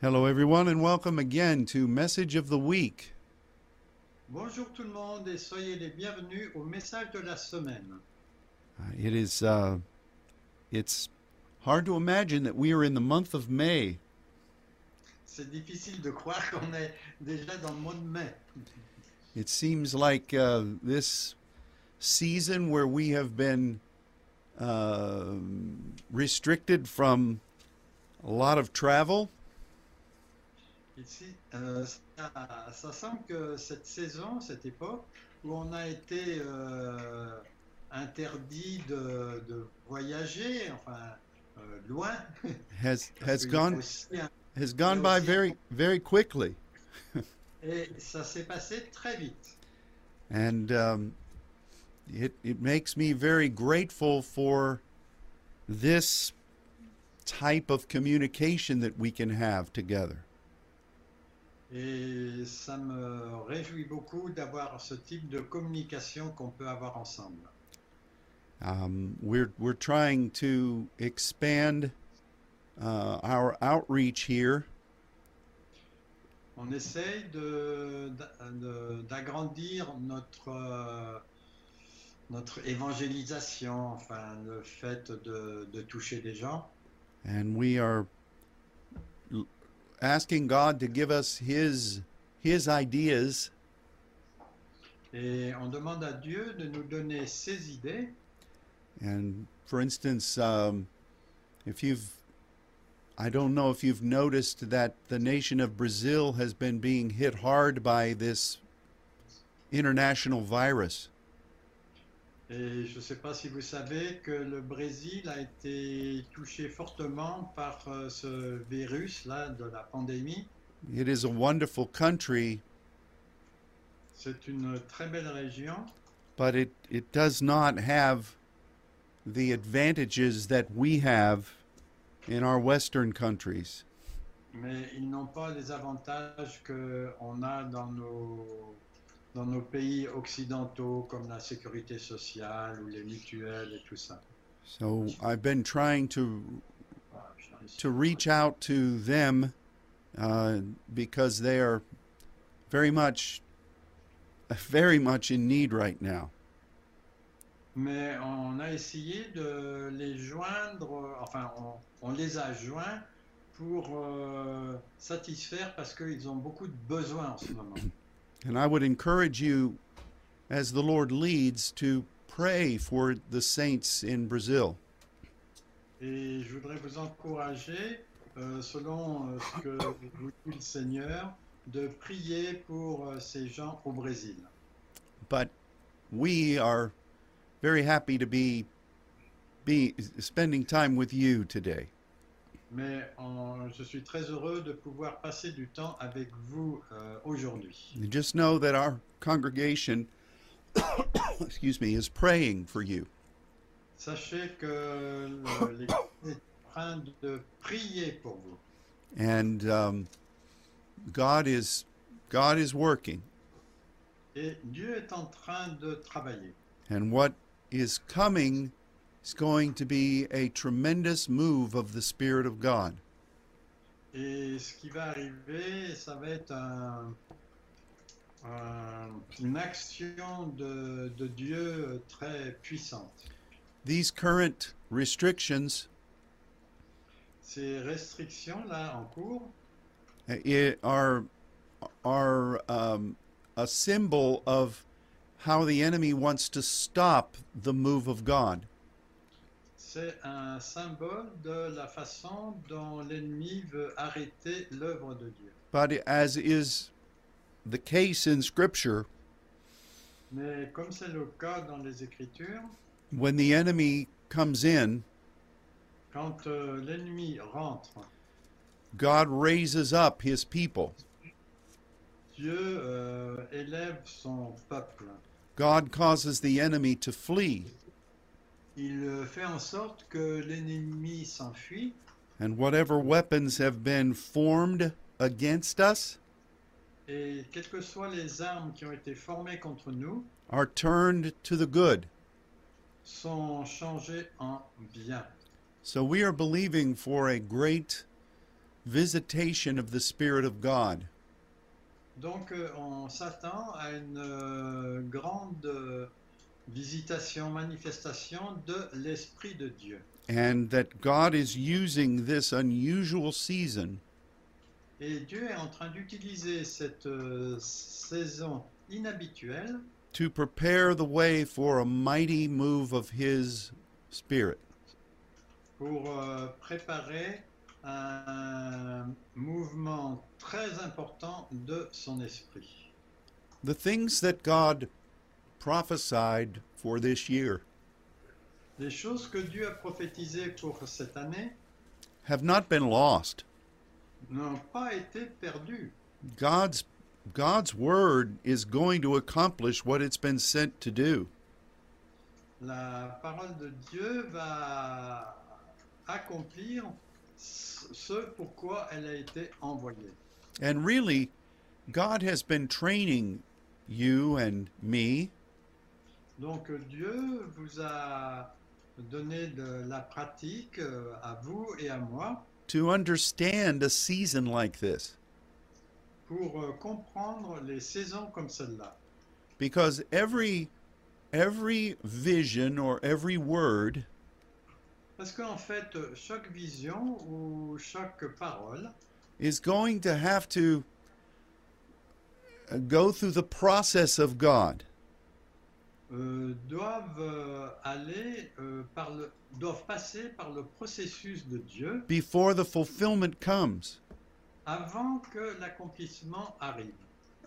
Hello, everyone, and welcome again to Message of the Week. Bonjour tout le monde et soyez les bienvenus au message de la semaine. Uh, It is, uh, it's hard to imagine that we are in the month of May. C'est difficile de croire qu'on est déjà dans le mois de mai. It seems like uh, this season where we have been uh, restricted from a lot of travel Ici, euh, ça, ça semble que cette saison, cette époque, où on a été euh, interdit de, de voyager, enfin euh, loin, has parce hein, has qu'il gone faut s'y in- has gone by very very quickly, et ça s'est passé très vite. and um, it it makes me very grateful for this type of communication that we can have together. Et ça me réjouit beaucoup d'avoir ce type de communication qu'on peut avoir ensemble. Um, we're we're trying to expand uh, our outreach here, On essaye de- d'a- de- d'agrandir notre, euh, notre évangélisation, enfin le fait de, de toucher des gens. and we are l- asking God to give us His His ideas Et on demande à Dieu de nous donner ses idées. And for instance, um, if you've, I don't know if you've noticed that the nation of Brazil has been being hit hard by this international virus. Et je ne sais pas si vous savez que le Brésil a été touché fortement par euh, ce virus-là de la pandémie. It is a wonderful country, C'est une très belle région, but it, it does not have the advantages that we have in our Western countries. mais ils n'ont pas les avantages qu'on a dans nos, dans nos pays occidentaux, comme la sécurité sociale ou les mutuelles et tout ça. So I've been trying to to reach out to them uh, because they are very much, very much in need right now. Mais on a essayé de les joindre, euh, enfin, on, on les a joints pour euh, satisfaire parce qu'ils ont beaucoup de besoins en ce moment. And I would encourage you, as the Lord leads, to pray for the saints in Brazil. Et je voudrais vous encourager, euh, selon euh, ce que vous dit le Seigneur, de prier pour euh, ces gens au Brésil. But we are very happy to be, be spending time with you today. Mais en- je suis très heureux de pouvoir passer du temps avec vous euh, aujourd'hui. And just know that our congregation, excuse me, is praying for you. Sachez que euh, le- l'Église est en train de prier pour vous. and um, God is God is working, Et Dieu est en train de travailler. and what is coming is going to be a tremendous move of the Spirit of God. Et ce qui va arriver, ça va être un- un- une action de, de Dieu très puissante. These current restrictions Ces restrictions-là en cours, uh, i- are are um, a symbol of how the enemy wants to stop the move of God. c'est un symbole de la façon dont l'ennemi veut arrêter l'œuvre de Dieu. But as is the case in Scripture, Mais comme c'est le cas dans les Écritures, when the enemy comes in, quand euh, l'ennemi rentre, God raises up His people. Dieu euh, élève son peuple. God causes the enemy to flee, Il euh, fait en sorte que l'ennemi s'enfuit and whatever weapons have been formed against us Et quelles que soient les armes qui ont été formées contre nous, are turned to the good. sont changées en bien. So we are believing for a great visitation of the Spirit of God. Donc euh, on s'attend à une euh, grande euh, visitation, manifestation de l'Esprit de Dieu. And that God is using this unusual season Et Dieu est en train d'utiliser cette euh, saison inhabituelle to prepare the way for a mighty move of His Spirit. pour euh, préparer un mouvement très important de son esprit. The things that God prophesied for this year Les choses que Dieu a prophétisées pour cette année have not been lost. n'ont pas été perdues. God's God's word is going to accomplish what it's been sent to do. La parole de Dieu va accomplir ce pourquoi elle a été envoyée. And really, God has been training you and me Donc euh, Dieu vous a donné de la pratique euh, à vous et à moi to understand a season like this pour euh, comprendre les saisons comme celle-là. because every every vision or every word Parce qu'en fait, euh, chaque vision ou chaque parole is going to have to uh, go through the process of God. euh, doivent euh, aller euh, par le, doivent passer par le processus de Dieu before the fulfillment comes. avant que l'accomplissement arrive.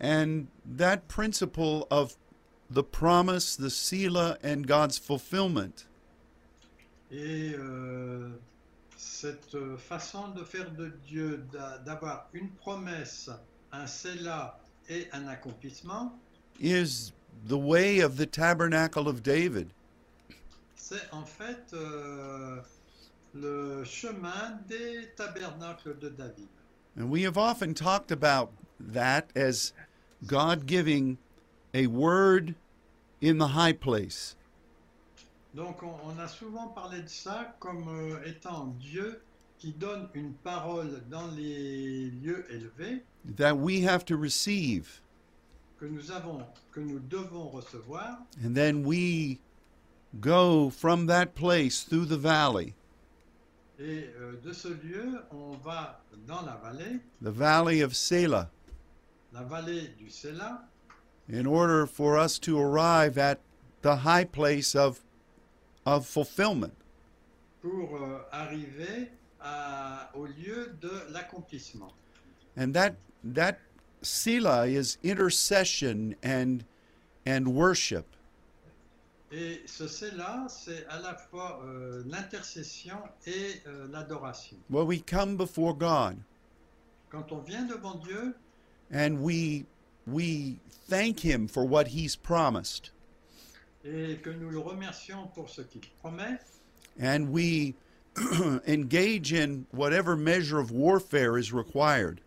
And that principle of the promise, the Sila, and God's fulfillment Et euh, cette euh, façon de faire de Dieu, d'a- d'avoir une promesse, un cela et un accomplissement, is the way of the tabernacle of David. c'est en fait euh, le chemin des tabernacles de David. And we have often talked about that as God giving a word in the high place. Donc on, on a souvent parlé de ça comme euh, étant Dieu qui donne une parole dans les lieux élevés That we have to receive, que nous avons, que nous devons recevoir, and then we go from that place through the valley, et euh, de ce lieu on va dans la vallée the valley of Selah, la vallée du Séla, in order for us to arrive at the high place of, of fulfillment. pour euh, arriver à- au lieu de l'accomplissement. And that that sila is intercession and and worship. Et ce Séla, c'est à la fois euh, l'intercession et euh, l'adoration. Where we come before God Quand on vient devant Dieu and we we thank him for what he's promised. et que nous le remercions pour ce qu'il promet, And we engage in whatever measure of warfare is required.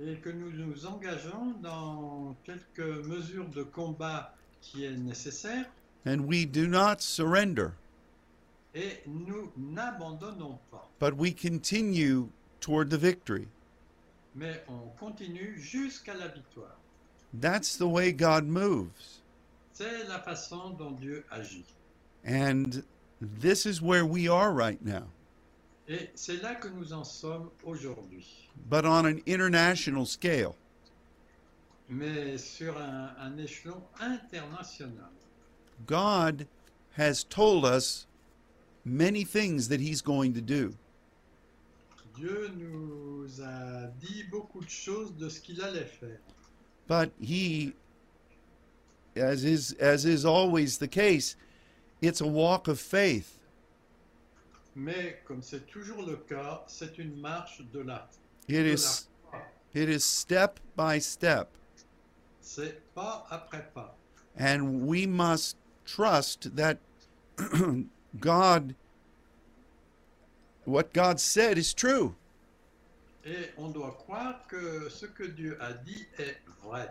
et que nous nous engageons dans quelques mesures de combat qui est nécessaire, And we do not surrender, et nous n'abandonnons pas, but we continue toward the victory. mais on continue jusqu'à la victoire. That's the way God moves. C'est la façon dont Dieu agit. And this is where we are right now, Et c'est là que nous en sommes aujourd'hui, but on an international scale. mais sur un, un échelon international. God has told us many things that He's going to do, Dieu nous a dit beaucoup de choses de ce qu'il allait faire, but He, as is, as is always the case, it's a walk of faith. mais comme c'est toujours le cas, c'est une marche de la It de la is, foi. it is step by step, C'est pas après pas. and we must trust that God, what God said is true. Et on doit croire que ce que Dieu a dit est vrai.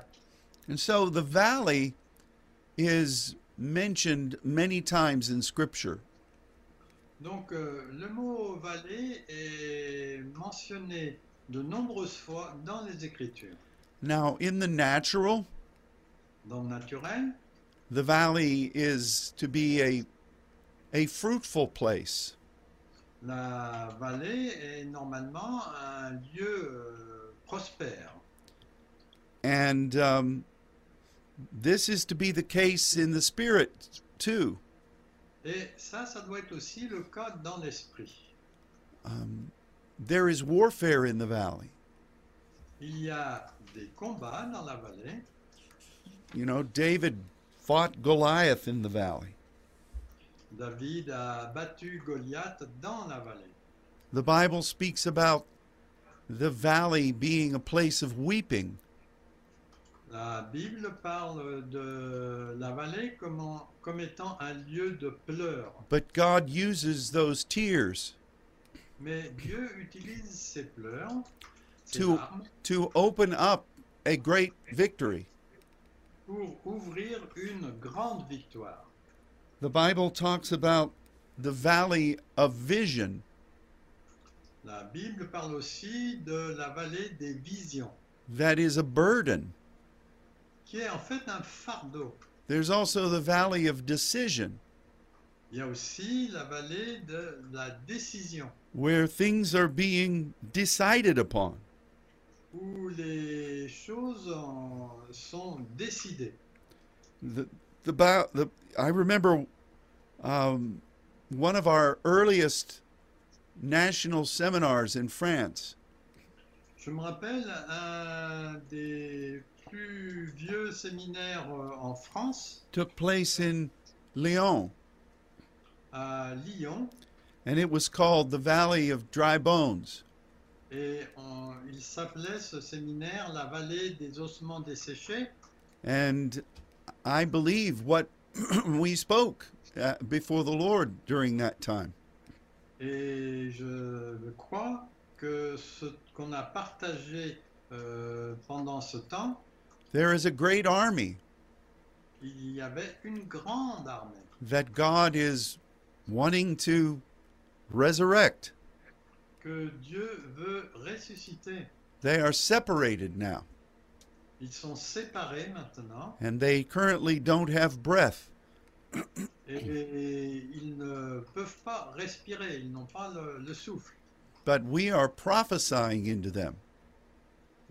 And so the valley is mentioned many times in Scripture. Donc euh, le mot vallée est mentionné de nombreuses fois dans les Écritures. Now, in the natural, Dans le naturel, the valley is to be a, a fruitful place. la vallée est normalement un lieu euh, prospère. And um, this is to be the case in the spirit, too. Et ça, ça doit être aussi le cas dans l'esprit. Um, there is warfare in the valley. Il y a des combats dans la vallée. You know, David fought Goliath in the valley. David a battu Goliath dans la vallée. The Bible speaks about the valley being a place of weeping. La Bible parle de la vallée comme, en- comme étant un lieu de pleurs, But God uses those tears mais Dieu utilise ces pleurs, ces to, larmes, to open up a great victory. pour ouvrir une grande victoire. The Bible talks about the valley of vision. La Bible parle aussi de la vallée des visions, That is a burden. qui est en fait un fardeau. There's also the valley of decision, Il y a aussi la vallée de la décision, where things are being decided upon. où les choses en- sont décidées. The, the, ba- the, I remember um, one of our earliest national seminars in France. Je me rappelle un des plus vieux séminaires euh, en France, took place in Lyon, à Lyon, and it was called the Valley of Dry Bones. et on- il s'appelait ce séminaire La vallée des ossements desséchés. And I believe what we spoke uh, before the Lord during that time. Et je crois que ce qu'on a partagé euh, pendant ce temps, There is a great army il y avait une grande armée that God is wanting to resurrect. que Dieu veut ressusciter. They are separated now, Ils sont séparés maintenant and they currently don't have breath. et, et ils ne peuvent pas respirer, ils n'ont pas le- le souffle. But we are prophesying into them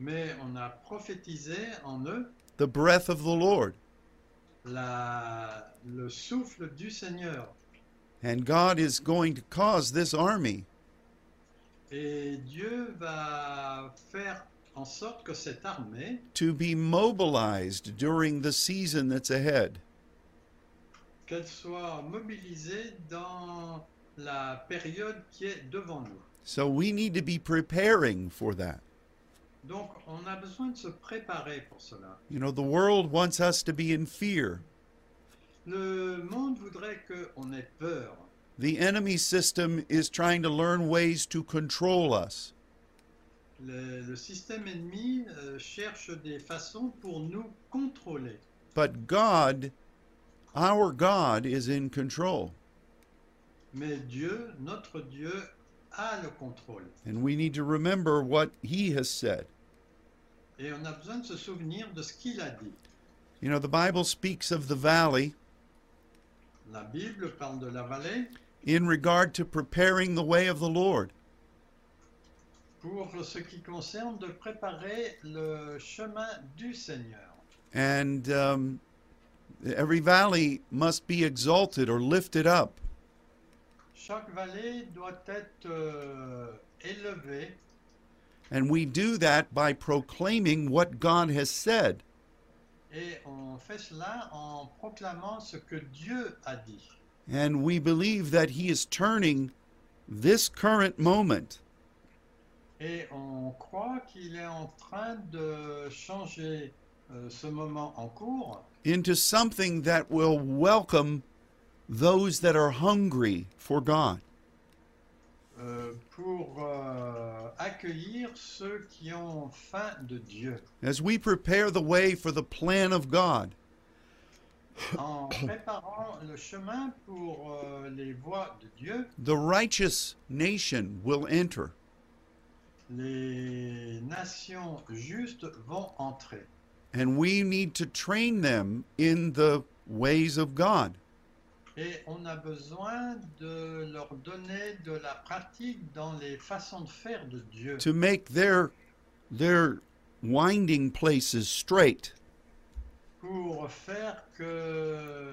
Mais on a prophétisé en eux the breath of the Lord. la- le souffle du Seigneur. And God is going to cause this army Et Dieu va faire en sorte que cette armée, to be mobilized during the season that's ahead. qu'elle soit mobilisée dans la période qui est devant nous. So we need to be preparing for that. Donc on a besoin de se préparer pour cela. You know, the world wants us to be in fear. Le monde voudrait qu'on ait peur. The enemy system is trying to learn ways to control us. Le, le système ennemi euh, cherche des façons pour nous contrôler. But God, our God, is in control. Mais Dieu, notre Dieu, a le contrôle. And we need to remember what he has said. Et on a besoin de se souvenir de ce qu'il a dit. You know, the Bible speaks of the valley La Bible parle de la vallée in regard to preparing the way of the Lord. pour ce qui concerne de préparer le chemin du Seigneur. And um, every valley must be exalted or lifted up. Chaque vallée doit être euh, élevée And we do that by proclaiming what God has said. et on fait cela en proclamant ce que Dieu a dit. And we believe that He is turning this current moment Et on croit qu'il est en train de changer euh, ce moment en cours into something that will welcome those that are hungry for God. euh, pour euh, accueillir ceux qui ont faim de Dieu. As we prepare the way for the plan of God, en préparant le chemin pour euh, les voies de Dieu, the righteous nation will enter. les nations justes vont entrer. And we need to train them in the ways of God. Et on a besoin de leur donner de la pratique dans les façons de faire de Dieu to make their their winding places straight pour faire que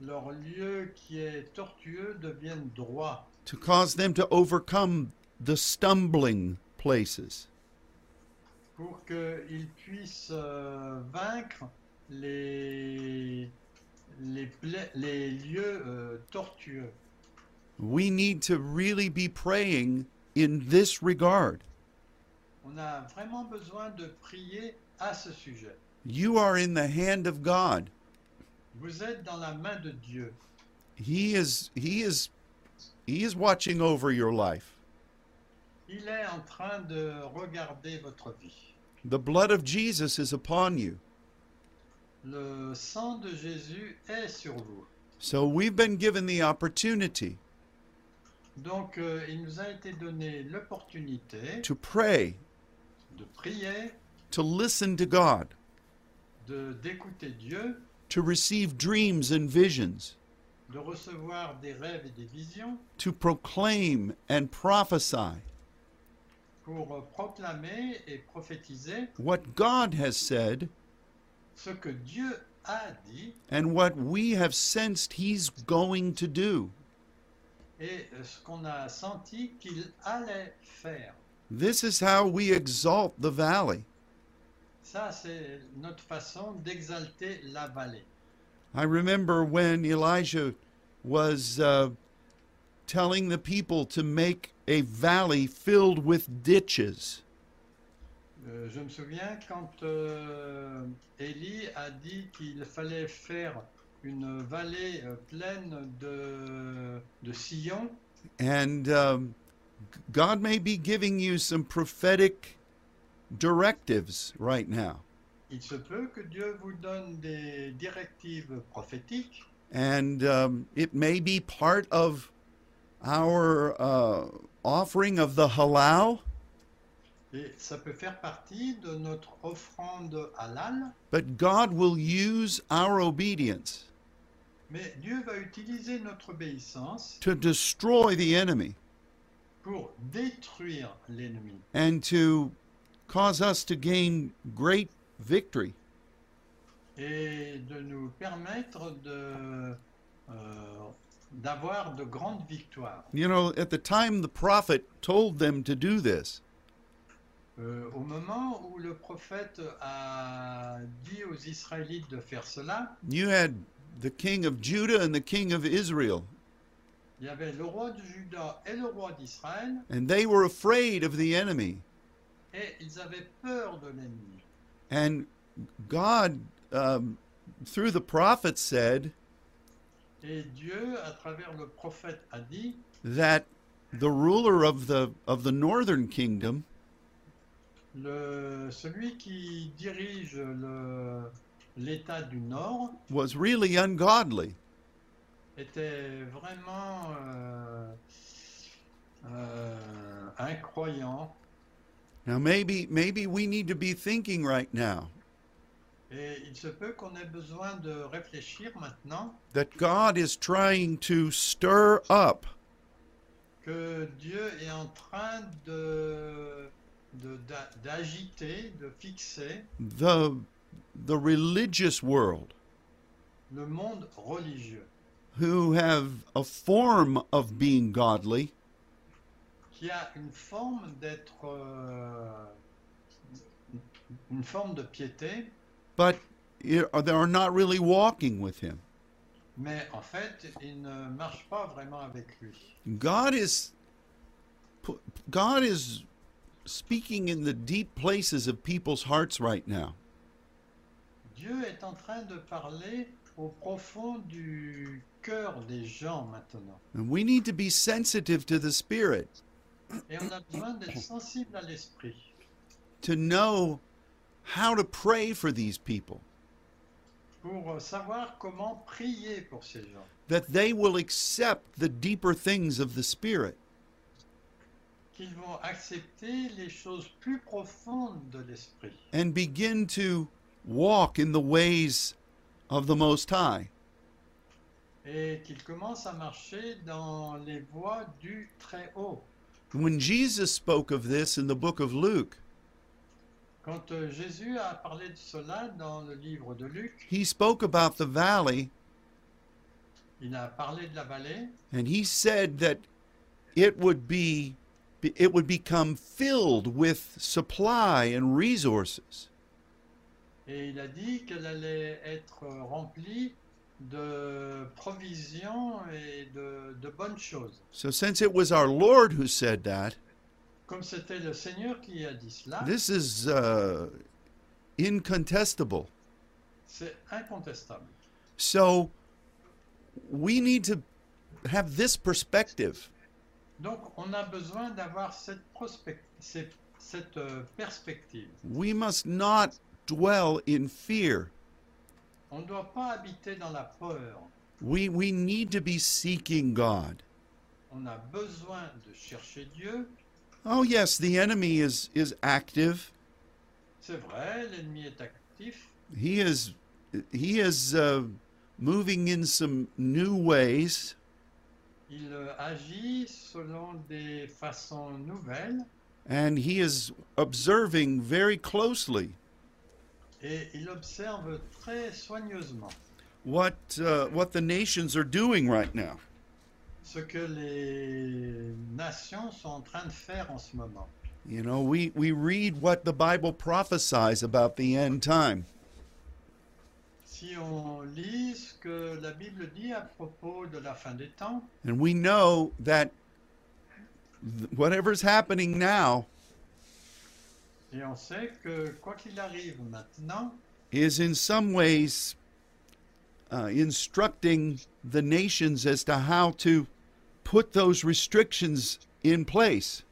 leur lieu qui est tortueux devienne droit, to cause them to overcome the stumbling places pour qu'ils puissent euh, vaincre les, les, pla- les lieux euh, tortueux. we need to really be praying in this regard On a vraiment besoin de prier à ce sujet. you are in the hand of god Vous êtes dans la main de Dieu. he is he is he is watching over your life Il est en train de regarder votre vie. the blood of jesus is upon you Le sang de Jésus est sur vous. so we've been given the opportunity Donc euh, il nous a été donné l'opportunité to pray de prier, to listen to god de d'écouter Dieu, to receive dreams and visions de recevoir des rêves et des visions to proclaim and prophesy pour euh, proclamer et prophétiser what God has said ce que Dieu a dit and what we have sensed He's going to do. et euh, ce qu'on a senti qu'il allait faire. This is how we exalt the valley. Ça, c'est notre façon d'exalter la vallée. I remember when Elijah was uh, telling the people to make a valley filled with ditches. Euh, je me souviens quand euh, Élie a dit qu'il fallait faire une vallée euh, pleine de, de sillons. And um, g- God may be giving you some prophetic directives right now. Il se peut que Dieu vous donne des directives prophétiques and um, it may be part of our uh, offering of the halal. et ça peut faire partie de notre offrande halal, But God will use our obedience mais Dieu va utiliser notre obéissance to destroy the enemy pour détruire l'ennemi and to cause us to gain great victory. et de nous permettre de, euh, d'avoir de grandes victoires. You know, at the time the prophet told them to do this, Euh, au moment où le prophète a dit aux Israélites de faire cela, you had the king of Judah and the king of Israel, il y avait le roi de Juda et le roi d'Israël, and they were afraid of the enemy. et ils avaient peur de l'ennemi. And God, um, through the prophet, said, Et Dieu, à travers le prophète, a dit that the ruler of the of the northern kingdom le, celui qui dirige le- l'État du Nord was really ungodly était vraiment euh, euh, incroyant. now maybe maybe we need to be thinking right now Et il se peut qu'on ait besoin de réfléchir maintenant that god is trying to stir up que Dieu est en train de de- d'a- d'agiter, de fixer the the religious world le monde religieux, who have a form of being godly qui a une forme d'être, euh, une forme de piété, but i- they are not really walking with him mais en fait, il ne marche pas vraiment avec lui. god is pu- god is speaking in the deep places of people's hearts right now Dieu est en train de parler au profond du cœur des gens maintenant. And we need to be sensitive to the Spirit Et on a besoin d'être sensible à l'esprit to know how to pray for these people. pour savoir comment prier pour ces gens, that they will accept the deeper things of the Spirit. qu'ils vont accepter les choses plus profondes de l'esprit and begin to walk in the ways of the Most High. et qu'ils commencent à marcher dans les voies du très haut. When Jesus spoke of this in the book of Luke, Quand euh, Jésus a parlé de cela dans le livre de Luc, he spoke about the valley il a parlé de la vallée and he said that it would be it would become filled with supply and resources. et il a dit qu'elle allait être euh, remplie de provisions et de, de bonnes choses. So since it was our Lord who said that, Comme c'était le Seigneur qui a dit cela, this is uh, incontestable. c'est incontestable. So we need to have this perspective Donc on a besoin d'avoir cette, prospec- cette- cette, euh, perspective. We must not dwell in fear. On ne doit pas habiter dans la peur. We, we need to be seeking God. On a besoin de chercher Dieu. Oh, yes, the enemy is, is active. C'est vrai, l'ennemi est actif. He is, he is uh, moving in some new ways, Il euh, agit selon des façons nouvelles and he is observing very closely et il observe très soigneusement what, uh, what the nations are doing right now. ce que les nations sont en train de faire en ce moment. You know, we, we read what the Bible prophesies about the end time. Si on lit ce que la Bible dit à propos de la fin des temps, And we know that th- whatever's happening now et on sait que quoi qu'il arrive maintenant, is in some ways uh, instructing the nations as to how to put those restrictions in place.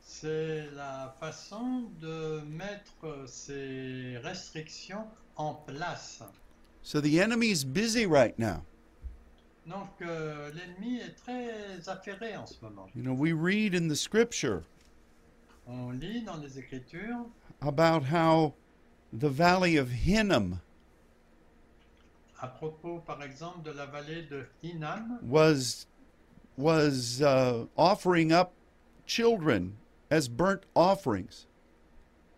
c'est la façon de mettre ces restrictions en place. So the enemy's busy right now. Donc euh, l'ennemi est très affairé en ce moment. You know, we read in the scripture On lit dans les Écritures about how the valley of Hinnom à propos, par exemple, de la vallée de Hinam, was was uh, offering up children as burnt offerings.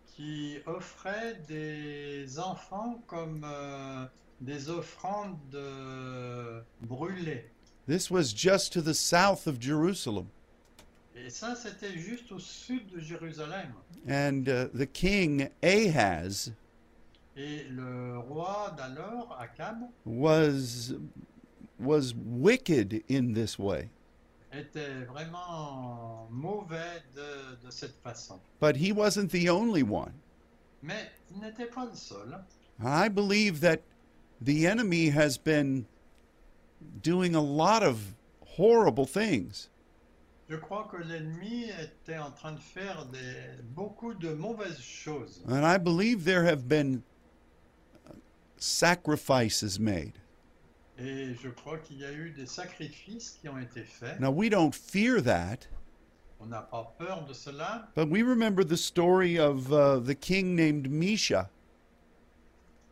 qui offrait des enfants comme euh, des offrandes euh, brûlées. This was just to the south of Jerusalem. Et ça, c'était juste au sud de Jérusalem. And uh, the king Ahaz Et le roi d'alors, Akab, was was wicked in this way, était vraiment mauvais de, de cette façon. but he wasn't the only one. Mais il n'était pas le seul. I believe that the enemy has been doing a lot of horrible things. Je crois que l'ennemi était en train de faire des, beaucoup de mauvaises choses. And I believe there have been sacrifices made. Et je crois qu'il y a eu des sacrifices qui ont été faits. Now we don't fear that, On n'a pas peur de cela. but we remember the story of uh, the king named Misha.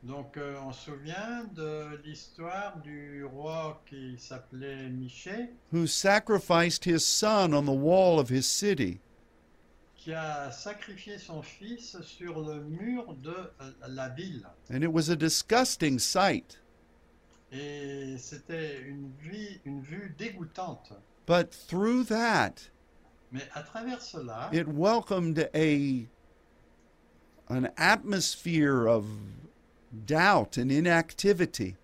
Donc euh, on se souvient de l'histoire du roi qui s'appelait Miché, who sacrificed his son on the wall of his city. qui a sacrifié son fils sur le mur de euh, la ville. And it was a disgusting sight. Et c'était une, vie- une vue dégoûtante. But through that, Mais à travers cela, it welcomed a an atmosphere of doubt and inactivity.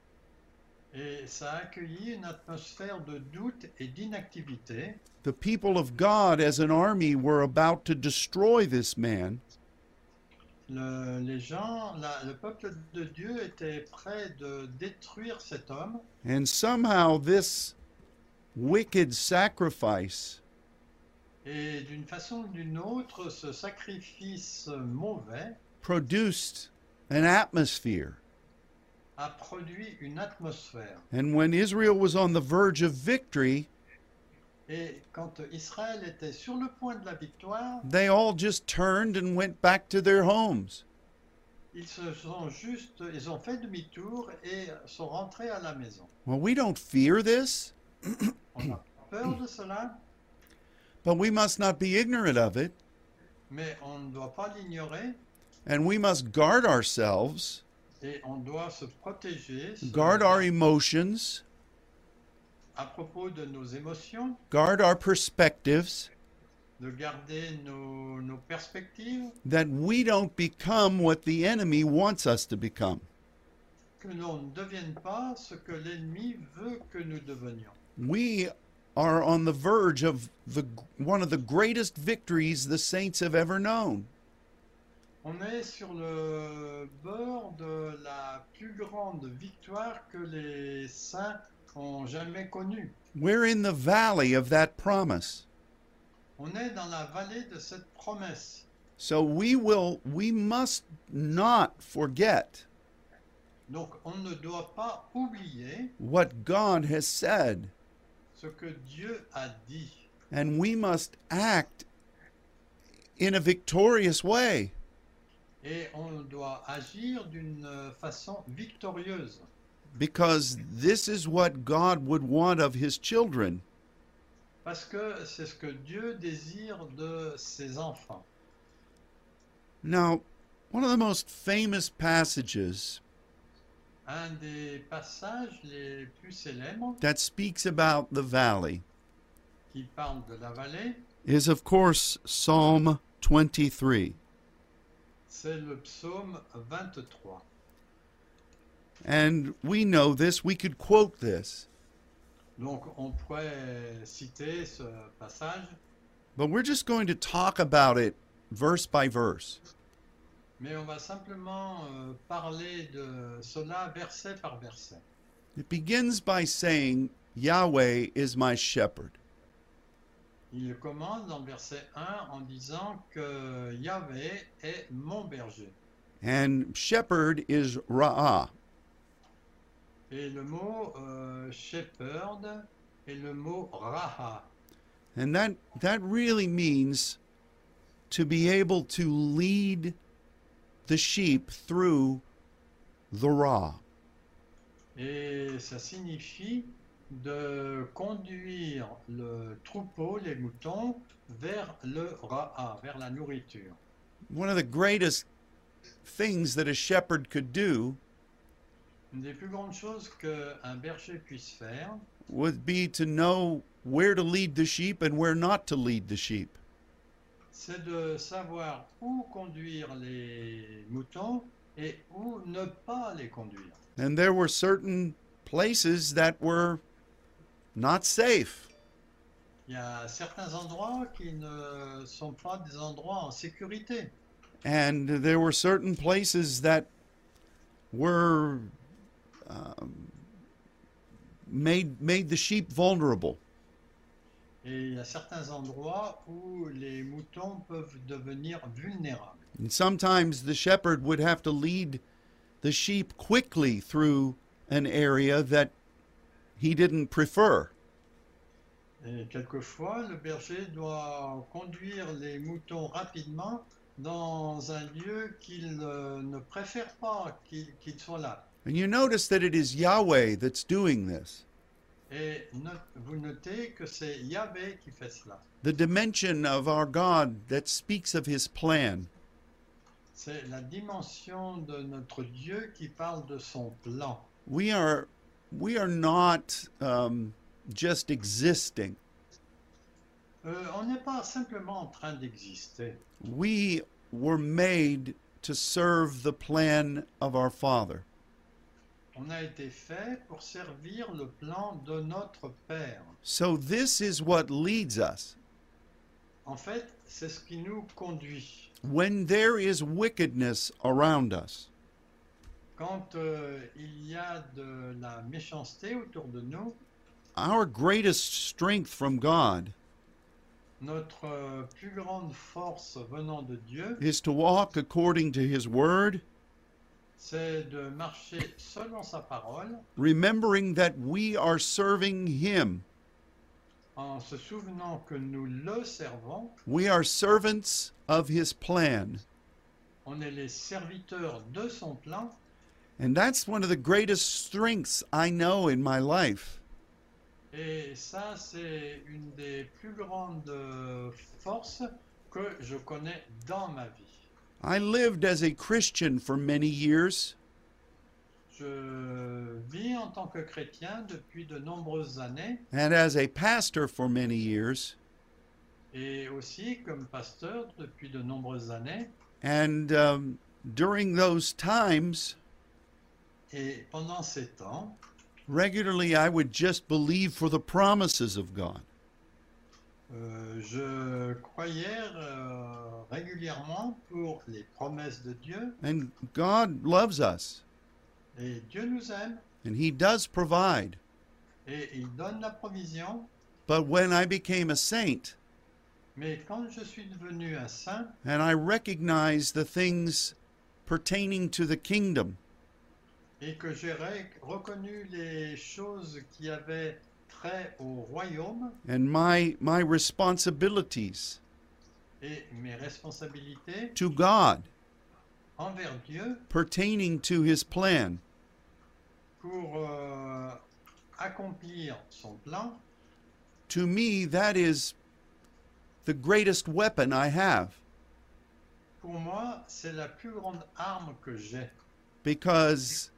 et ça a accueilli une atmosphère de doute et d'inactivité. The people of God as an army were about to destroy this man, Le- les gens, la- le peuple de Dieu était prêt de détruire cet homme, and somehow this wicked sacrifice et d'une façon ou d'une autre, ce sacrifice mauvais produced an atmosphere a produit une atmosphère. And when Israel was on the verge of victory, Et quand Israël était sur le point de la victoire, they all just turned and went back to their homes. ils se sont juste, ils ont fait demi-tour et sont rentrés à la maison. Well, we don't fear this, On a peur de cela, but we must not be ignorant of it, mais on ne doit pas l'ignorer and we must guard ourselves, et on doit se protéger se- guard our emotions, à propos de nos émotions, guard our perspectives, de garder nos, nos perspectives, that we don't become what the enemy wants us to become. que l'on ne devienne pas ce que l'ennemi veut que nous devenions. We are on the verge of the one of the greatest victories the saints have ever known. On est sur le bord de la plus grande victoire que les saints ont jamais connue. We're in the valley of that promise. On est dans la vallée de cette promesse. So we will we must not forget Donc on ne doit pas oublier what God has said ce que Dieu a dit. and we must act in a victorious way. Et on doit agir d'une façon victorieuse. because this is what God would want of his children. Parce que c'est ce que Dieu désire de ses enfants. Now, one of the most famous passages Un des passages les plus célèbres that speaks about the valley qui parle de la vallée, is, of course, Psalm 23. c'est le psaume 23. And we know this, we could quote this, Donc on pourrait citer ce passage, but we're just going to talk about it verse by verse. mais on va simplement euh, parler de cela verset par verset. It begins by saying, Yahweh is my shepherd. Il commence dans le verset 1 en disant que Yahvé est mon berger. And shepherd is Ra'ah. Et le mot euh, shepherd et le mot raha. And that that really means to be able to lead the sheep through the raw. Et ça signifie de conduire le troupeau, les moutons, vers le raha, vers la nourriture. One of the greatest things that a shepherd could do Une des plus grandes choses qu'un berger puisse faire, would be to know where to lead the sheep and where not to lead the sheep. c'est de savoir où conduire les moutons et où ne pas les conduire. And there were certain places that were not safe. Il y a certains endroits qui ne sont pas des endroits en sécurité. And there were certain places that were um, made made the sheep vulnerable. Et il y a certains endroits où les moutons peuvent devenir vulnérables. And sometimes the shepherd would have to lead the sheep quickly through an area that he didn't prefer. Et quelquefois, le berger doit conduire les moutons rapidement dans un lieu qu'il euh, ne préfère pas qu'ils qu'ils soient là. And you notice that it is Yahweh that's doing this. Et no- vous notez que c'est Yahvé qui fait cela. The dimension of our God that speaks of his plan. C'est la dimension de notre Dieu qui parle de son plan. We are we are not um, just existing. Euh, on n'est pas simplement en train d'exister. We were made to serve the plan of our Father. On a été fait pour servir le plan de notre Père. So this is what leads us. En fait, c'est ce qui nous conduit. When there is wickedness around us, Quand euh, il y a de la méchanceté autour de nous, our greatest strength from God notre euh, plus grande force venant de Dieu, is to walk according to His word c'est de marcher selon sa parole, remembering that we are serving Him. en se souvenant que nous le servons, We are servants of His plan. on est les serviteurs de son plan, And that's one of the greatest strengths I know in my life. et ça c'est une des plus grandes euh, forces que je connais dans ma vie. I lived as a Christian for many years, Je vis en tant que chrétien depuis de nombreuses années and as a pastor for many years, et aussi comme pasteur depuis de nombreuses années. and um, during those times, Et pendant ces temps, regularly I would just believe for the promises of God. euh, je croyais euh, régulièrement pour les promesses de Dieu And God loves us, et Dieu nous aime and He does provide. et il donne la provision. But when I became a saint, Mais quand je suis devenu un saint and I recognized the things pertaining to the kingdom, et que j'ai ré- reconnu les choses qui avaient trait au royaume and my my responsibilities et mes responsabilités to God envers Dieu, pertaining to his plan pour euh, accomplir son plan, to me that is the greatest weapon I have pour moi, c'est la plus grande arme que j'ai. because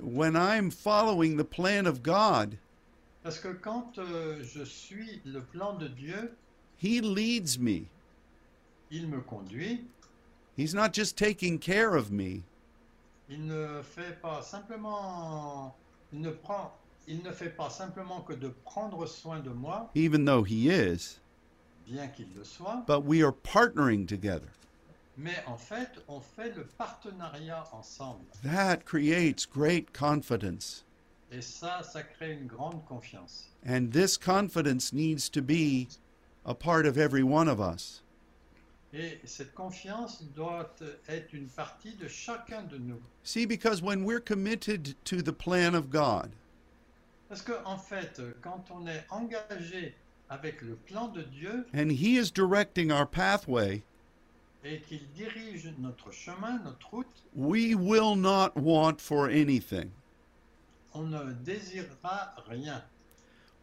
when I'm following the plan of God Parce que quand euh, je suis le plan de Dieu, he leads me il me conduit, he's not just taking care of me il ne fait pas simplement il ne prend il ne fait pas simplement que de prendre soin de moi, even though he is bien qu'il le soit, but we are partnering together mais en fait, on fait le partenariat ensemble. that creates great confidence Et ça, ça crée une grande confiance. and this confidence needs to be a part of every one of us Et cette confiance doit être une partie de chacun de nous. See, because when we're committed to the plan of God, Parce que en fait, quand on est engagé avec le plan de Dieu and He is directing our pathway, et qu'il dirige notre chemin, notre route, we will not want for anything. on ne désirera rien.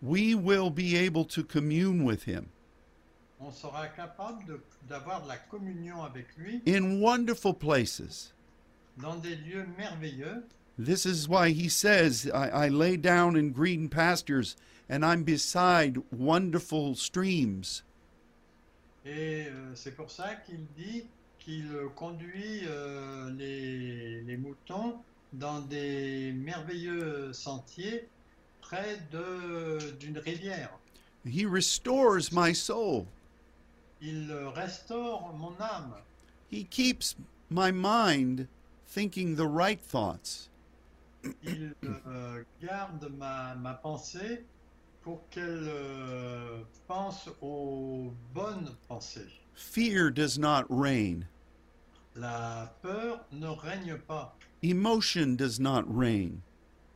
We will be able to commune with Him On sera capable de- d'avoir de la communion avec lui in wonderful places. dans des lieux merveilleux. This is why He says, I, I lay down in green pastures, and I'm beside wonderful streams. Et euh, c'est pour ça qu'il dit qu'il conduit euh, les, les moutons dans des merveilleux sentiers près de- d'une rivière. He restores my soul, Il restaure mon âme. He keeps my mind thinking the right thoughts. il euh, garde ma, ma pensée pour qu'elle euh, pense aux bonnes pensées. Fear does not reign. La peur ne règne pas. Emotion does not reign.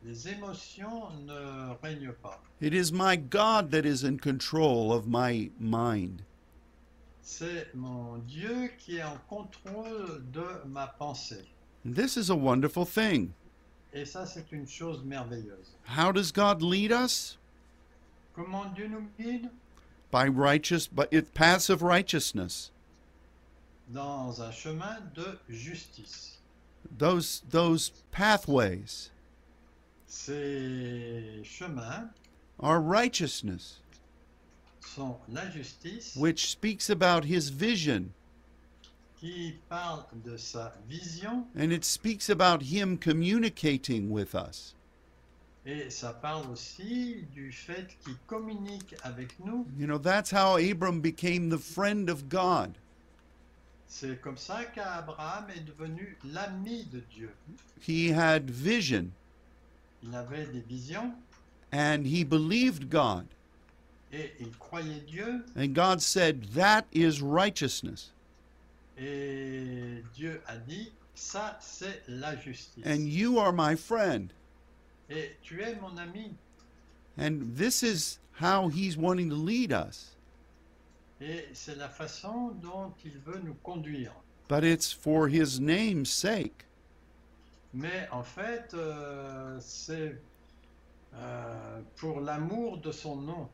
Les émotions ne règnent pas. It is my God that is in control of my mind. C'est mon Dieu qui est en contrôle de ma pensée. And this is a wonderful thing. Et ça, c'est une chose merveilleuse. How does God lead us? Comment Dieu nous guide By righteous, but it passive righteousness. Dans un chemin de justice. Those those pathways Ces chemins are righteousness, sont la justice. which speaks about His vision qui parle de sa vision and it speaks about Him communicating with us. et ça parle aussi du fait qu'il communique avec nous. You know that's how Abram became the friend of God. C'est comme ça qu'Abraham est devenu l'ami de Dieu. He had vision Il avait des visions and he believed God. et il croyait Dieu And God said, That is righteousness. et Dieu a dit Ça, c'est la justice. and you are my friend. Et tu es mon ami. And this is how he's wanting to lead us. Et c'est la façon dont il veut nous conduire. But it's for his name's sake. Mais en fait, euh, c'est euh, pour l'amour de son nom.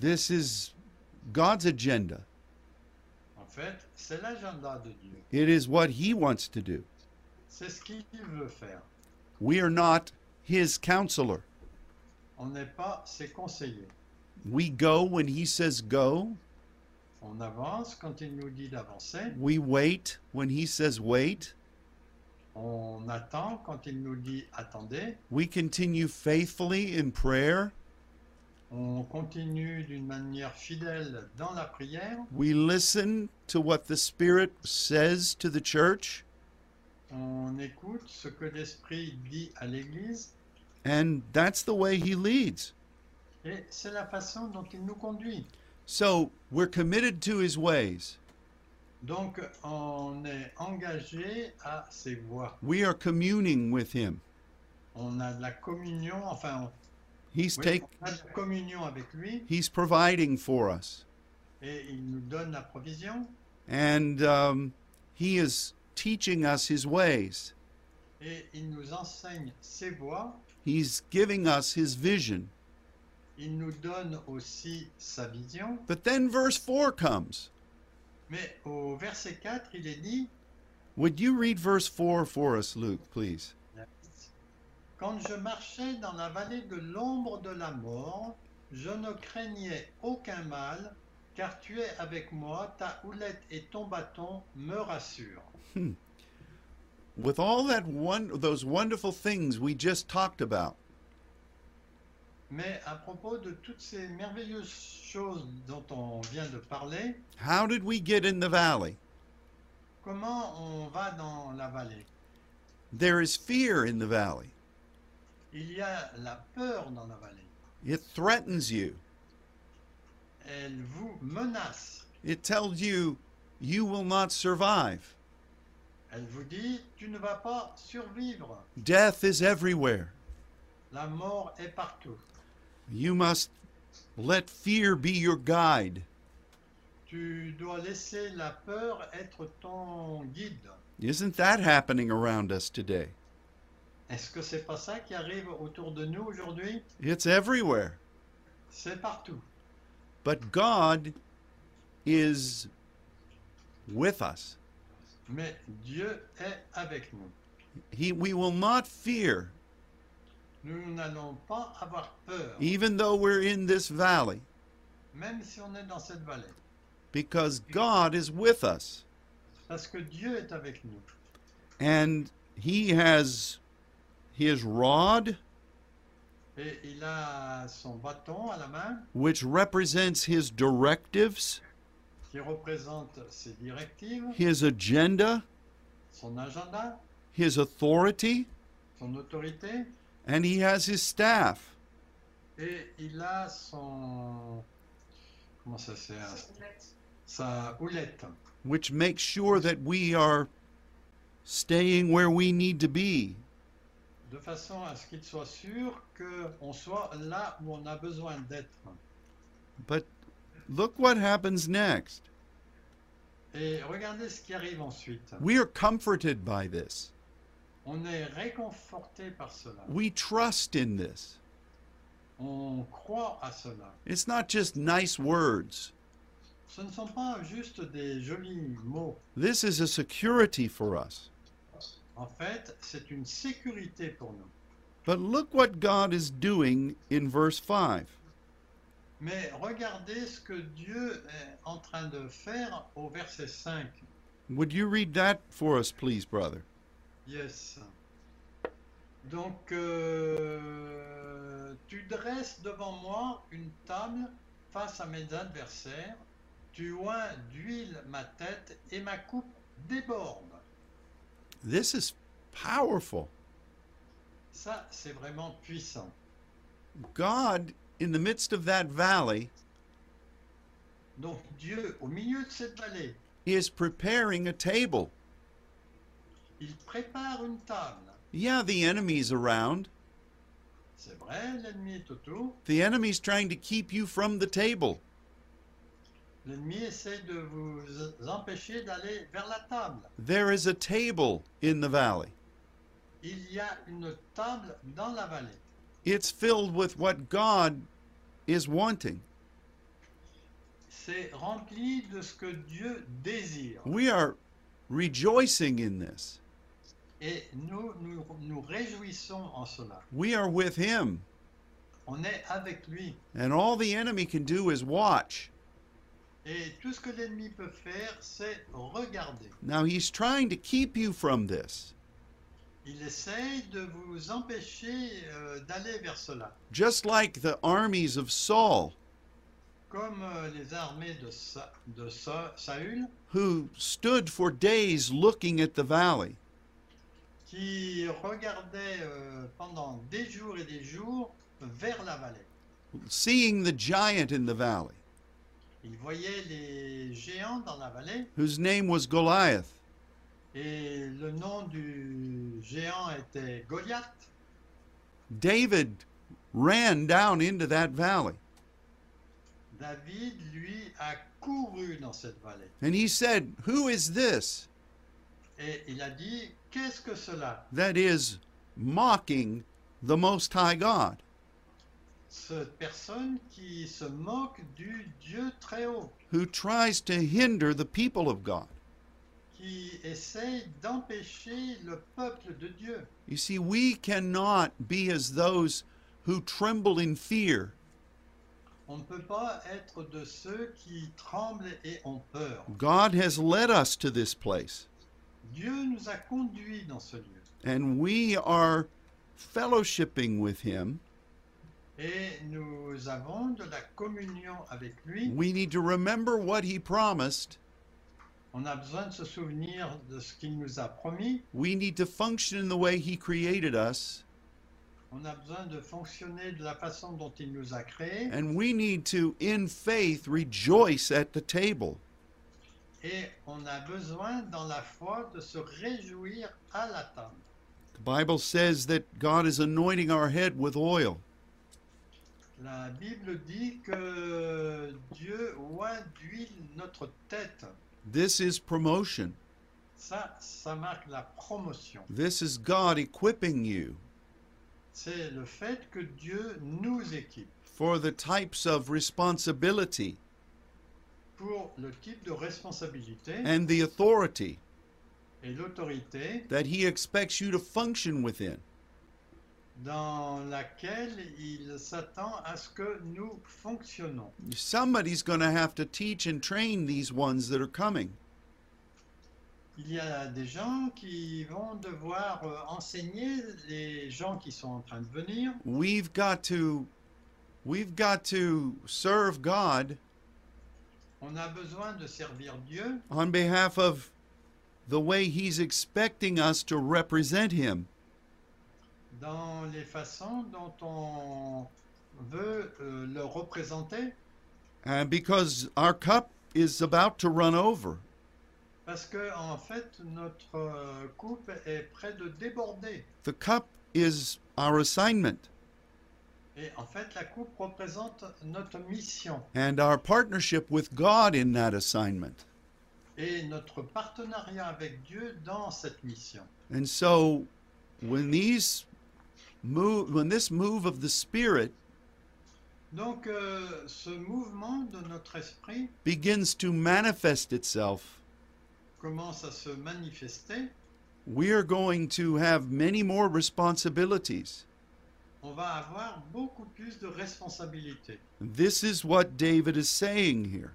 This is God's agenda. En fait, c'est l'agenda de Dieu. It is what he wants to do. C'est ce qu'il veut faire. We are not his counselor. On n'est pas ses conseillers. We go when he says go. On avance quand il nous dit d'avancer. We wait when he says wait. On attend quand il nous dit attendez. We continue faithfully in prayer. On continue d'une manière fidèle dans la prière. We listen to what the Spirit says to the church. On écoute ce que l'Esprit dit à l'Église. And that's the way he leads. Et c'est la façon dont il nous conduit. So we're committed to his ways. Donc on est engagé à ses voies. We are communing with him. On a de la communion, enfin, He's on, oui, take, on a de la communion avec lui he's providing for us, et il nous donne la provision and um, he is teaching us his ways. et il nous enseigne ses voies. He's giving us his vision. Il nous donne aussi sa vision. But then verse four comes. Mais au verset 4, il est dit Would you read verse four for us, Luke, please? Quand je marchais dans la vallée de l'ombre de la mort, je ne craignais aucun mal, car tu es avec moi, ta houlette et ton bâton me rassurent. With all that one, those wonderful things we just talked about, Mais à propos de toutes ces merveilleuses choses dont on vient de parler, how did we get in the valley? comment on va dans la vallée There is fear in the valley. Il y a la peur dans la vallée. It threatens you. Elle vous menace. It tells you you will not survive. Elle vous dit, tu ne vas pas survivre. Death is everywhere. La mort est partout. You must let fear be your guide. Tu dois laisser la peur être ton guide. Isn't that happening around us today? Est-ce que c'est pas ça qui arrive autour de nous aujourd'hui It's everywhere. C'est partout. But God is with us. Mais Dieu est avec nous. He, we will not fear, Nous n'allons pas avoir peur, even though we're in this valley, même si on est dans cette vallée, because God is with us parce que Dieu est avec nous. and He has His rod, Et il a son bâton à la main which represents His directives, qui représente ses directives, His agenda, son agenda, His authority, son autorité, and He has His staff. et il a son... Comment ça c'est Sa houlette. which makes sure that we are staying where we need to be. de façon à ce qu'il soit sûr qu'on soit là où on a besoin d'être. But look what happens next. Et regardez ce qui arrive ensuite. We are comforted by this. On est réconforté par cela. We trust in this. On croit à cela. It's not just nice words. Ce ne sont pas juste des jolis mots. This is a security for us. En fait, c'est une sécurité pour nous. But look what God is doing in verse 5. Mais regardez ce que Dieu est en train de faire au verset 5. Would you read that for us, please, brother? Yes. Donc, euh, tu dresses devant moi une table face à mes adversaires, tu oins d'huile ma tête et ma coupe déborde. This is powerful. Ça, c'est vraiment puissant. God, in the midst of that valley, Donc Dieu, au milieu de cette vallée, is preparing a table Il prépare une table. Yeah, the enemy's around. C'est vrai, l'ennemi est autour. The enemy's trying to keep you from the table. L'ennemi essaie de vous empêcher d'aller vers la table. There is a table in the valley. Il y a une table dans la vallée. It's filled with what God is wanting. C'est rempli de ce que Dieu désire. We are rejoicing in this. Et nous nous, nous réjouissons en cela. We are with Him. On est avec lui. And all the enemy can do is watch. Et tout ce que l'ennemi peut faire, c'est regarder. Now, He's trying to keep you from this. Il essaye de vous empêcher euh, d'aller vers cela. Just like the armies of Saul, Comme euh, les armées de, Sa- de Sa- Saül who stood for days looking at the valley. qui regardaient euh, pendant des jours et des jours vers la vallée. seeing the giant in the valley, Ils voyaient les géants dans la vallée whose name was Goliath. et le nom du géant était Goliath. David ran down into that valley David, lui, a couru dans cette vallée and he said, Who is this et il a dit, qu'est-ce que cela that is mocking the Most High God? Cette personne qui se moque du Dieu très haut, Who tries to hinder the people of God? qui essaye d'empêcher le peuple de Dieu. You see, we cannot be as those who tremble in fear. On ne peut pas être de ceux qui tremblent et ont peur. God has led us to this place, Dieu nous a conduits dans ce lieu and we are fellowshipping with Him. et nous avons de la communion avec lui. We need to remember what He promised On a besoin de se souvenir de ce qu'il nous a promis. We need to function in the way He created us, On a besoin de fonctionner de la façon dont il nous a créés and we need to, in faith, rejoice at the table. et on a besoin dans la foi de se réjouir à la table. The Bible says that God is anointing our head with oil. La Bible dit que Dieu oint d'huile notre tête. This is promotion. Ça, ça marque la promotion. This is God equipping you C'est le fait que Dieu nous équipe for the types of responsibility pour le type de responsabilité and the authority et l'autorité that He expects you to function within. dans laquelle il s'attend à ce que nous fonctionnons. Somebody's going to have to teach and train these ones that are coming. Il y a des gens qui vont devoir euh, enseigner les gens qui sont en train de venir. We've got to we've got to serve God On a besoin de servir Dieu on behalf of the way he's expecting us to represent him. dans les façons dont on veut euh, le représenter And uh, because our cup is about to run over. parce que en fait notre euh, coupe est près de déborder. The cup is our assignment, Et en fait la coupe représente notre mission and our partnership with God in that assignment. et notre partenariat avec Dieu dans cette mission. And so when these move when this move of the spirit Donc euh, ce mouvement de notre esprit begins to manifest itself, commence à se manifester. we are going to have many more responsibilities. On va avoir beaucoup plus de responsabilités. This is what David is saying here.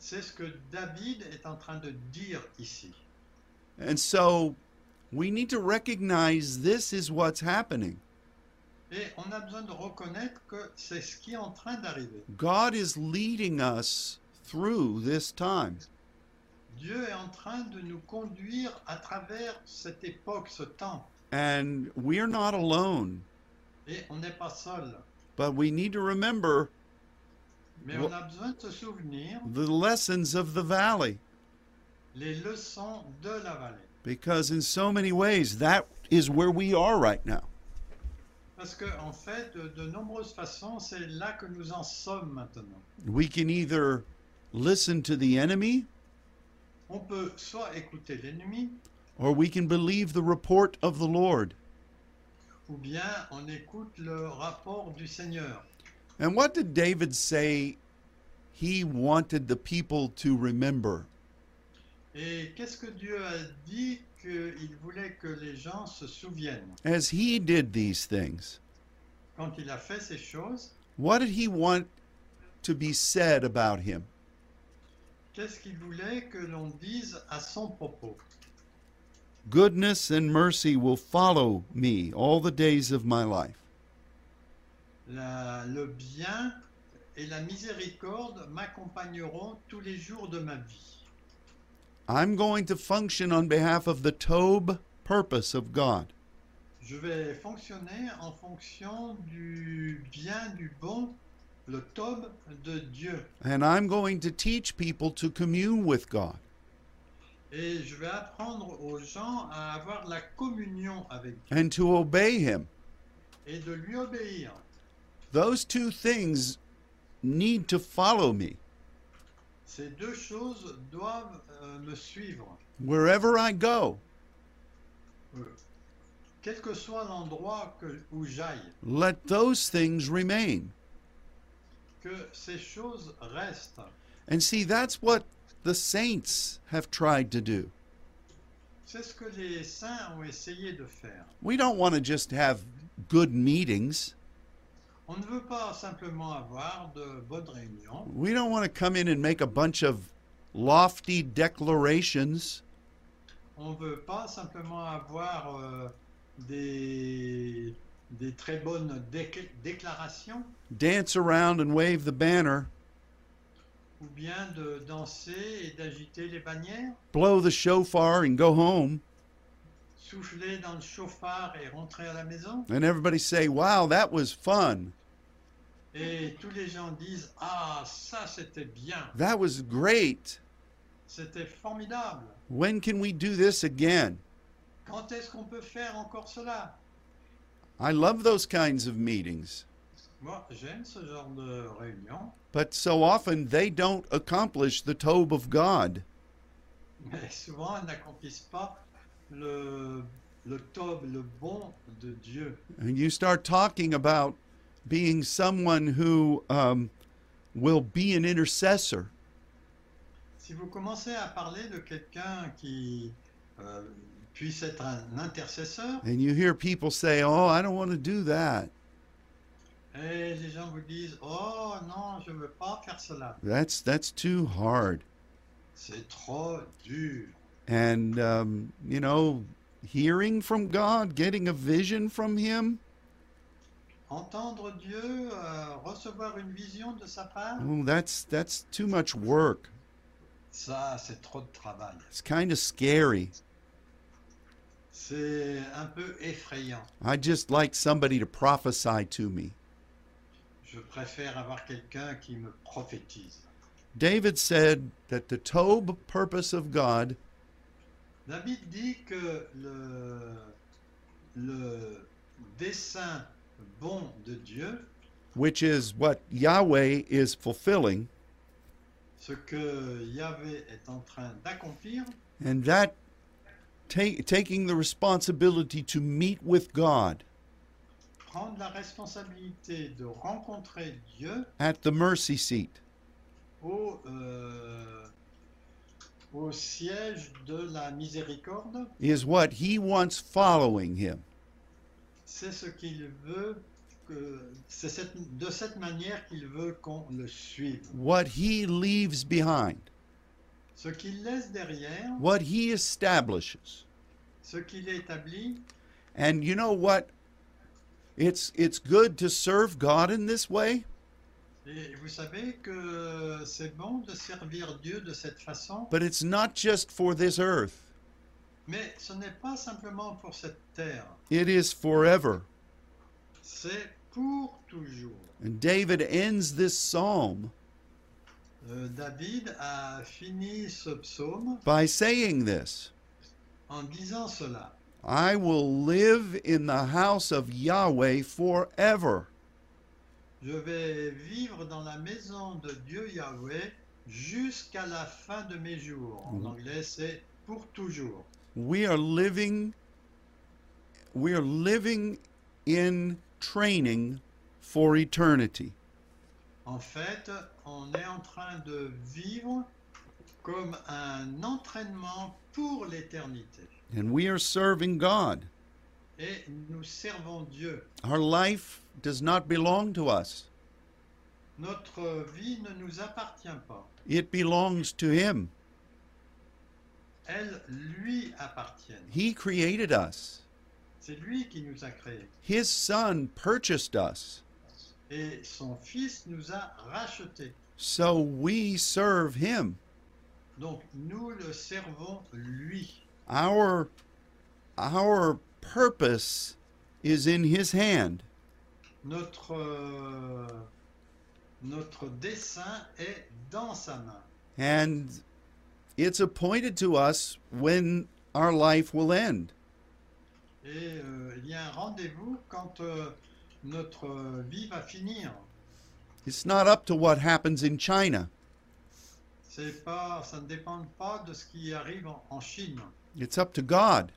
C'est ce que David est en train de dire ici. And so we need to recognize this is what's happening. Et on a besoin de reconnaître que c'est ce qui est en train d'arriver. God is leading us through this time. Dieu est en train de nous conduire à travers cette époque, ce temps. And we're not alone, Et on n'est pas seul. but we need to remember Mais Bon. on a besoin de se souvenir the lessons of the valley. les leçons de la vallée. because in so many ways that is where we are right now. Parce que, en fait, de, de nombreuses façons, c'est là que nous en sommes maintenant. We can either listen to the enemy On peut soit écouter l'ennemi, or we can believe the report of the Lord. ou bien on écoute le rapport du Seigneur. And what did David say he wanted the people to remember? Et qu'est-ce que Dieu a dit qu'il voulait que les gens se souviennent As he did these things, Quand il a fait ces choses, what did he want to be said about him? qu'est-ce qu'il voulait que l'on dise à son propos Goodness and mercy will follow me all the days of my life. La- Le bien et la miséricorde m'accompagneront tous les jours de ma vie. I'm going to function on behalf of the Tob purpose of God. Je vais fonctionner en fonction du bien, du bon, le tobe de Dieu. And I'm going to teach people to commune with God. Et je vais apprendre aux gens à avoir la communion avec Dieu and to obey him. et de lui obéir. Those two things need to follow me. Ces deux choses doivent euh, me suivre. Wherever I go, Euh, Quel que soit l'endroit que- où j'aille, let those things remain. que ces choses restent. And see, that's what the saints have tried to do. C'est ce que les saints ont essayé de faire. We don't want to just have good meetings. On ne veut pas simplement avoir de bonnes réunions. We don't want to come in and make a bunch of lofty declarations. On ne veut pas simplement avoir euh, des, des très bonnes déc- déclarations Dance around and wave the banner, ou bien de danser et d'agiter les bannières, blow the shofar and go home, souffler dans le chauffard et rentrer à la maison. and everybody say, Wow, that was fun. Et tous les gens disent Ah, ça c'était bien, That was great. c'était formidable. When can we do this again? Quand est-ce qu'on peut faire encore cela I love those kinds of meetings, Moi, j'aime ce genre de réunion, but so often they don't accomplish the Tobe of God. mais souvent elles n'accomplissent pas le, le tob, le bon de Dieu. And you start talking about being someone who um, will be an intercessor. Si vous commencez à parler de quelqu'un qui euh, puisse être un intercesseur, And you hear people say, Oh, I don't want to do that. et les gens vous disent Oh non, je ne veux pas faire cela, That's, that's too hard. c'est trop dur. And, um, you know, hearing from God, getting a vision from Him, Entendre Dieu, euh, recevoir une vision de sa part, oh, that's, that's too much work. ça c'est trop de travail. It's kind of scary. C'est un peu effrayant. I just like somebody to prophesy to me. Je préfère avoir quelqu'un qui me prophétise. David said that the Tob purpose of God David dit que le, le dessein bon de Dieu, which is what Yahweh is fulfilling, ce que Yahvé est en train d'accomplir, and that ta- taking the responsibility to meet with God prendre la responsabilité de rencontrer Dieu at the mercy seat. au, euh, au siège de la miséricorde, Is what he wants following him. c'est ce qu'il veut, que, c'est cette- de cette manière qu'il veut qu'on le suive. What he leaves behind, Ce qu'il laisse derrière, what he establishes. ce qu'il établit, And you know what? It's, it's good to serve God in this way. Et vous savez que c'est bon de servir Dieu de cette façon, But it's not just for this earth, mais ce n'est pas simplement pour cette terre, it is forever. c'est pour toujours. And David ends this psalm euh, David a fini ce psaume by saying this en disant cela. I will live in the house of Yahweh forever. Je vais vivre dans la maison de Dieu Yahweh jusqu'à la fin de mes jours. En anglais, c'est pour toujours. We are living we are living in training for eternity. En fait, on est en train de vivre comme un entraînement pour l'éternité. And we are serving God. Et nous servons Dieu. Our life does not belong to us. Notre vie ne nous appartient pas. It belongs to him. Elle lui appartient. He created us. C'est lui qui nous a créés. His son purchased us. Et son Fils nous a rachetés. So we serve him. Donc nous le servons lui. Our our purpose is in his hand. Notre, euh, notre dessein est dans sa main. And it's appointed to us when our life will end. Et euh, il y a un rendez-vous quand euh, notre euh, vie va finir. It's not up to what happens in China. C'est pas, ça ne dépend pas de ce qui arrive en, en Chine. It's up to God.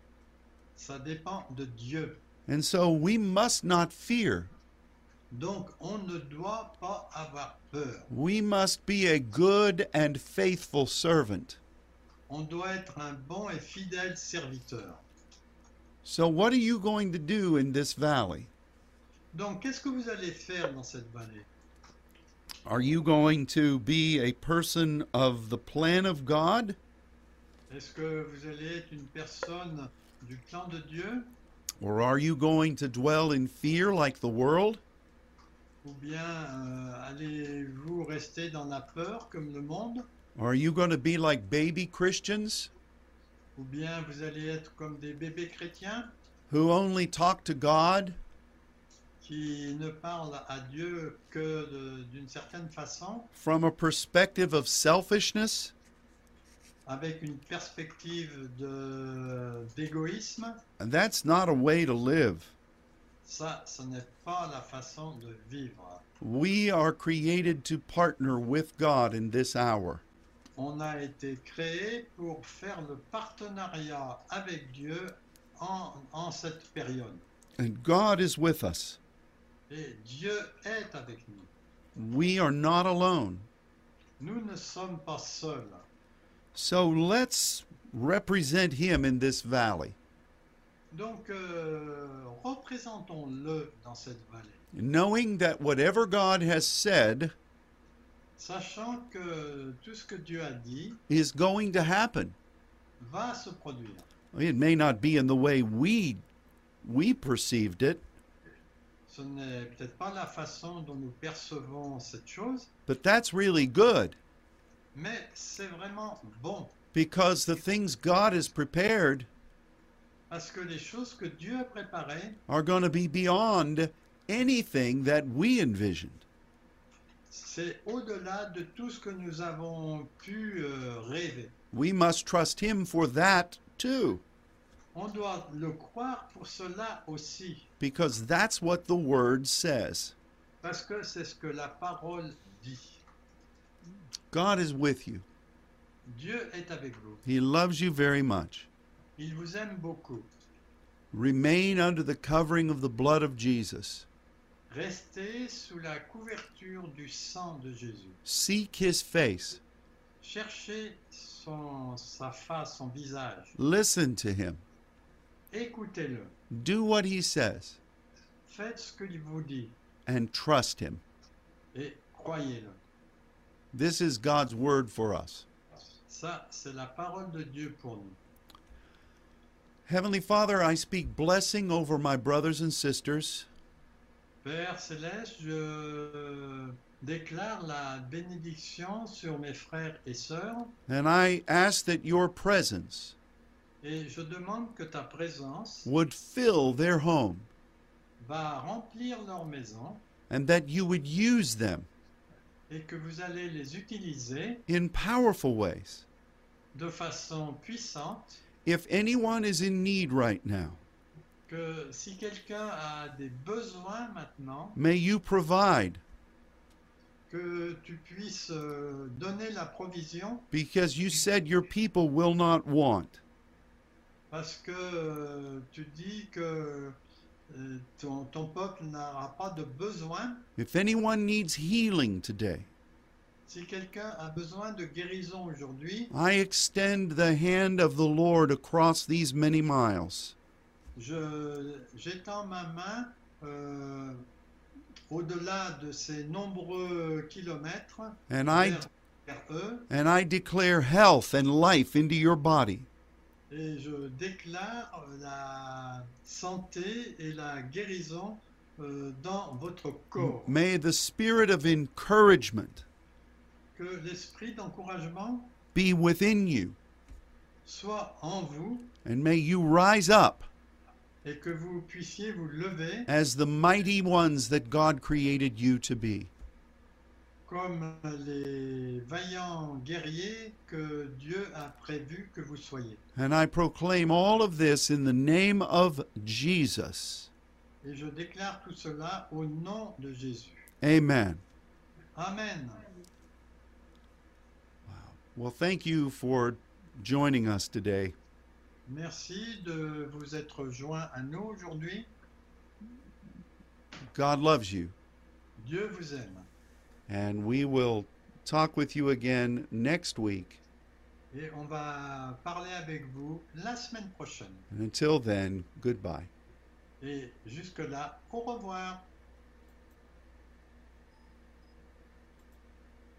Ça dépend de Dieu. And so we must not fear. Donc on ne doit pas avoir peur. We must be a good and faithful servant. On doit être un bon et fidèle serviteur. So what are you going to do in this valley? Donc qu'est-ce que vous allez faire dans cette vallée Are you going to be a person of the plan of God? Est-ce que vous allez être une personne du plan de Dieu Or are you going to dwell in fear like the world? ou bien euh, allez-vous rester dans la peur comme le monde Are you going to be like baby Christians ou bien vous allez être comme des bébés chrétiens who only talk to God qui ne parlent à Dieu que de- d'une certaine façon from a perspective of selfishness? avec une perspective de- d'égoïsme And that's not a way to live. ça ce n'est pas la façon de vivre We are created to partner with God in this hour. on a été créé pour faire le partenariat avec Dieu en- en cette période And God is with us. et Dieu est avec nous We are not alone. Nous ne sommes pas seuls. So let's represent Him in this valley. Donc, euh, représentons-le dans cette vallée, knowing that whatever God has said sachant que tout ce que Dieu a dit is going to happen. va se produire. It may not be in the way we we perceived it, Ce n'est peut-être pas la façon dont nous percevons cette chose, but that's really good mais c'est vraiment bon, because the things God has prepared parce que les choses que Dieu a préparées, are going to be beyond anything that we envisioned. c'est au-delà de tout ce que nous avons pu euh, rêver. We must trust him for that too On doit le croire pour cela aussi, because that's what the word says. parce que c'est ce que la parole dit. God is with you. Dieu est avec vous. He loves you very much. Il vous aime beaucoup. Remain under the covering of the blood of Jesus. Restez sous la couverture du sang de Jésus. Seek his face. Cherchez son, sa face, son visage. Listen to him. Écoutez-le. Do what he says Faites ce qu'il vous dit and trust him. et croyez-le. This is God's word for us. Ça, c'est la parole de Dieu pour nous. Heavenly Father, I speak blessing over my brothers and sisters. Père céleste, je déclare la bénédiction sur mes frères et sœurs And I ask that your presence et je demande que ta présence would fill their home va remplir leur maison and that you would use them et que vous allez les utiliser in powerful ways. de façon puissante, If anyone is in need right now, que si quelqu'un a des besoins maintenant, may you provide que tu puisses euh, donner la provision because you said your people will not want. parce que euh, tu dis que euh, ton, ton peuple n'aura pas de besoin. If anyone needs healing today, Si quelqu'un a besoin de guérison aujourd'hui, I extend the hand of the Lord across these many miles. je j'étends ma main euh, au-delà de ces nombreux kilomètres And I vers, vers eux and I declare health and life into your body. et je déclare la santé et la guérison euh, dans votre corps. May the spirit of encouragement Que l'esprit d'encouragement be within you, soit en vous and may you rise up et que vous puissiez vous lever as the mighty ones that God created you to be. comme les vaillants guerriers que Dieu a prévu que vous soyez. And I proclaim all of this in the name of Jesus. Et je déclare tout cela au nom de Jésus. Amen. Amen. Well, thank you for joining us today. Merci de vous être joints à nous aujourd'hui. God loves you, Dieu vous aime. and we will talk with you again next week. Et on va parler avec vous la semaine prochaine. And until then, goodbye. Et jusque-là, au revoir.